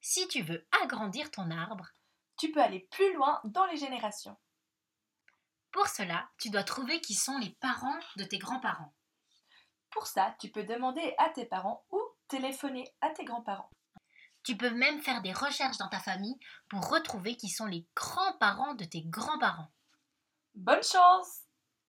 Si tu veux agrandir ton arbre, Tu peux aller plus loin dans les générations. pour cela, tu dois trouver qui sont les parents de tes grands-parents. Pour ça, tu peux demander à tes parents ou téléphoner à tes grands-parents. Tu peux même faire des recherches dans ta famille pour retrouver qui sont les grands-parents de tes grands-parents. Bonne chance